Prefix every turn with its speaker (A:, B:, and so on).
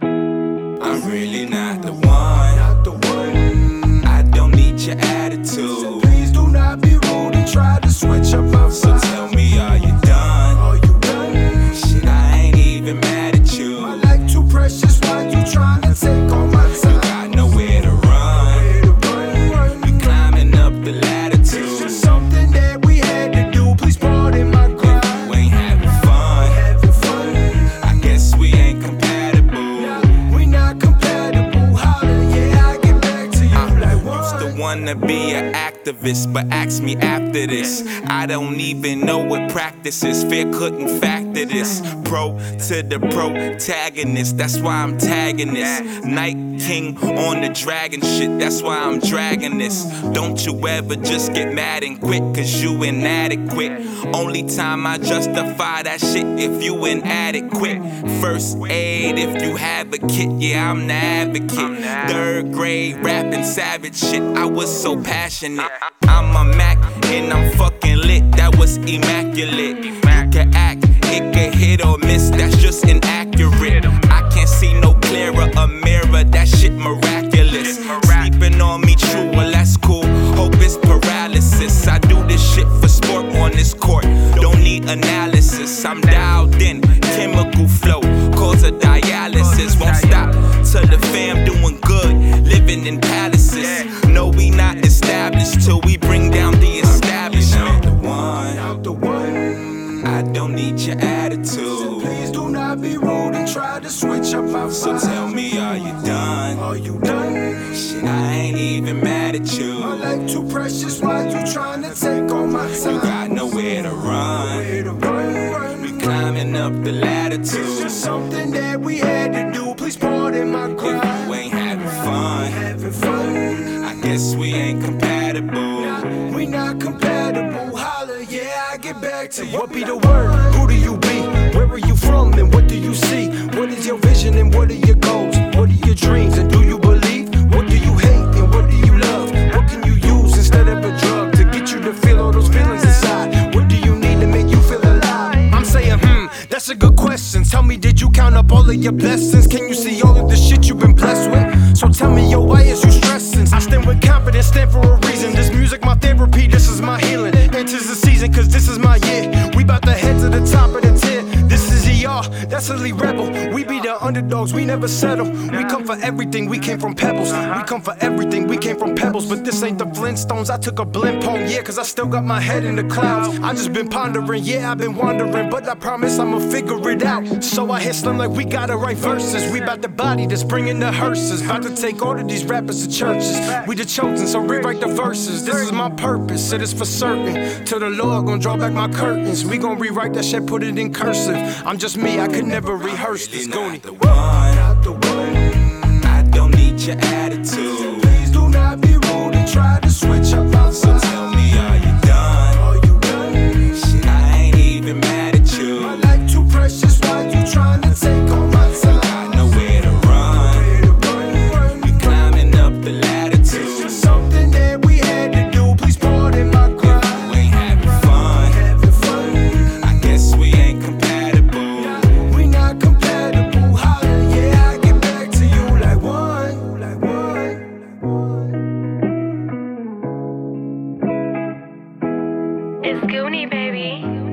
A: I'm really not the one. Not the one. I don't need your attitude. Please do not be rude and try to switch up my So tell me, are you done? Are you done? Shit, I ain't even mad at you. My life too precious. Why you trying to take all my time? You got nowhere to run. You climbing up the latitude. It's just something that we had to do. Please pardon my crime. We ain't having fun. Having fun. I guess we ain't compatible. we not compatible. Holla, yeah, I get back to you. I'm like, used to wanna be an activist, but ask me after this. I don't even know what practice is. Fear couldn't factor this. Pro to the protagonist, that's why I'm tagging this. Night King on the dragon shit, that's why I'm dragging this. Don't you ever just get mad and quit, cause you inadequate. Only time I justify that shit if you inadequate. First aid if you have a kit, yeah, I'm the advocate. Third grade rapping savage shit, I was so passionate. I'm a Mac and I'm fucking lit, that was immaculate. You can act, it can hit or miss, that's just inaccurate. I can't see no clearer, a mirror, that shit miraculous. Sleeping on me, true, well, that's cool. Hope it's paralysis. I do this shit for sport on this court. Don't need analysis. I'm dialed in, chemical flow, cause a dialysis. Won't stop till the fam doing good, living in palaces. No, we not established till we bring down the establishment. the one, the one. I don't need your attitude. Please do not be rude and try to switch up my So tell me, are you done? Are you done? Shit, I ain't even mad at you. My life too precious. Why you trying to take all my time? You got nowhere to run. We climbing up the latitude. It's just something that we had to do. Please pardon my crime. If you ain't having fun, having fun. I guess we ain't compatible. Nah, we not compatible. Holla, yeah, I get back to you.
B: What be the word? Who do you be? Where are you from and what do you see? What is your vision and what are your goals? What are your dreams and do you believe? What do you hate and what do you love? What can you use instead of a drug to get you to feel all those feelings inside? What do you need to make you feel alive? I'm saying, hmm, that's a good question. Tell me, did you count up all of your blessings? Can you see all of the shit you've been blessed with? So tell me, yo, why is you stressing? I stand with confidence, stand for a reason. This music, my therapy, this is my healing. Enters the season, cause this is my year. We bout to head to the top of the tier. This is ER, that's Elite Rebel. We be the underdogs, we never settle. We come for everything, we came from pebbles. We come for everything, we came from pebbles. But this ain't the Flintstones, I took a blimp home, yeah, cause I still got my head in the clouds. I just been pondering, yeah, I've been wandering. But I promise I'ma figure it out. So I hit slim like we gotta write verses. We bout the body that's bringing the hearses. About to take all of these rappers to churches. We the chosen, so rewrite the verses. This is my purpose, it is for certain. Till the Lord gonna draw back my curtains. We gonna rewrite that shit, put it in cursive. I'm just me, I could never rehearse
A: really
B: this
A: not
B: goonie.
A: the one. I don't need your attitude. Please do not be rude and try to switch up my So tell me, are you done? Are you done? Shit, I ain't even mad at you. My life too precious. Why you trying to take all my time? You got nowhere to run. We climbing up the latitude. It's just something that we had to do. Please pardon my crime. We ain't having fun. Having fun. I guess we ain't compatible. We not compatible. Holla, yeah, I get back to you like one, like one, like one.
C: It's Goonie, baby.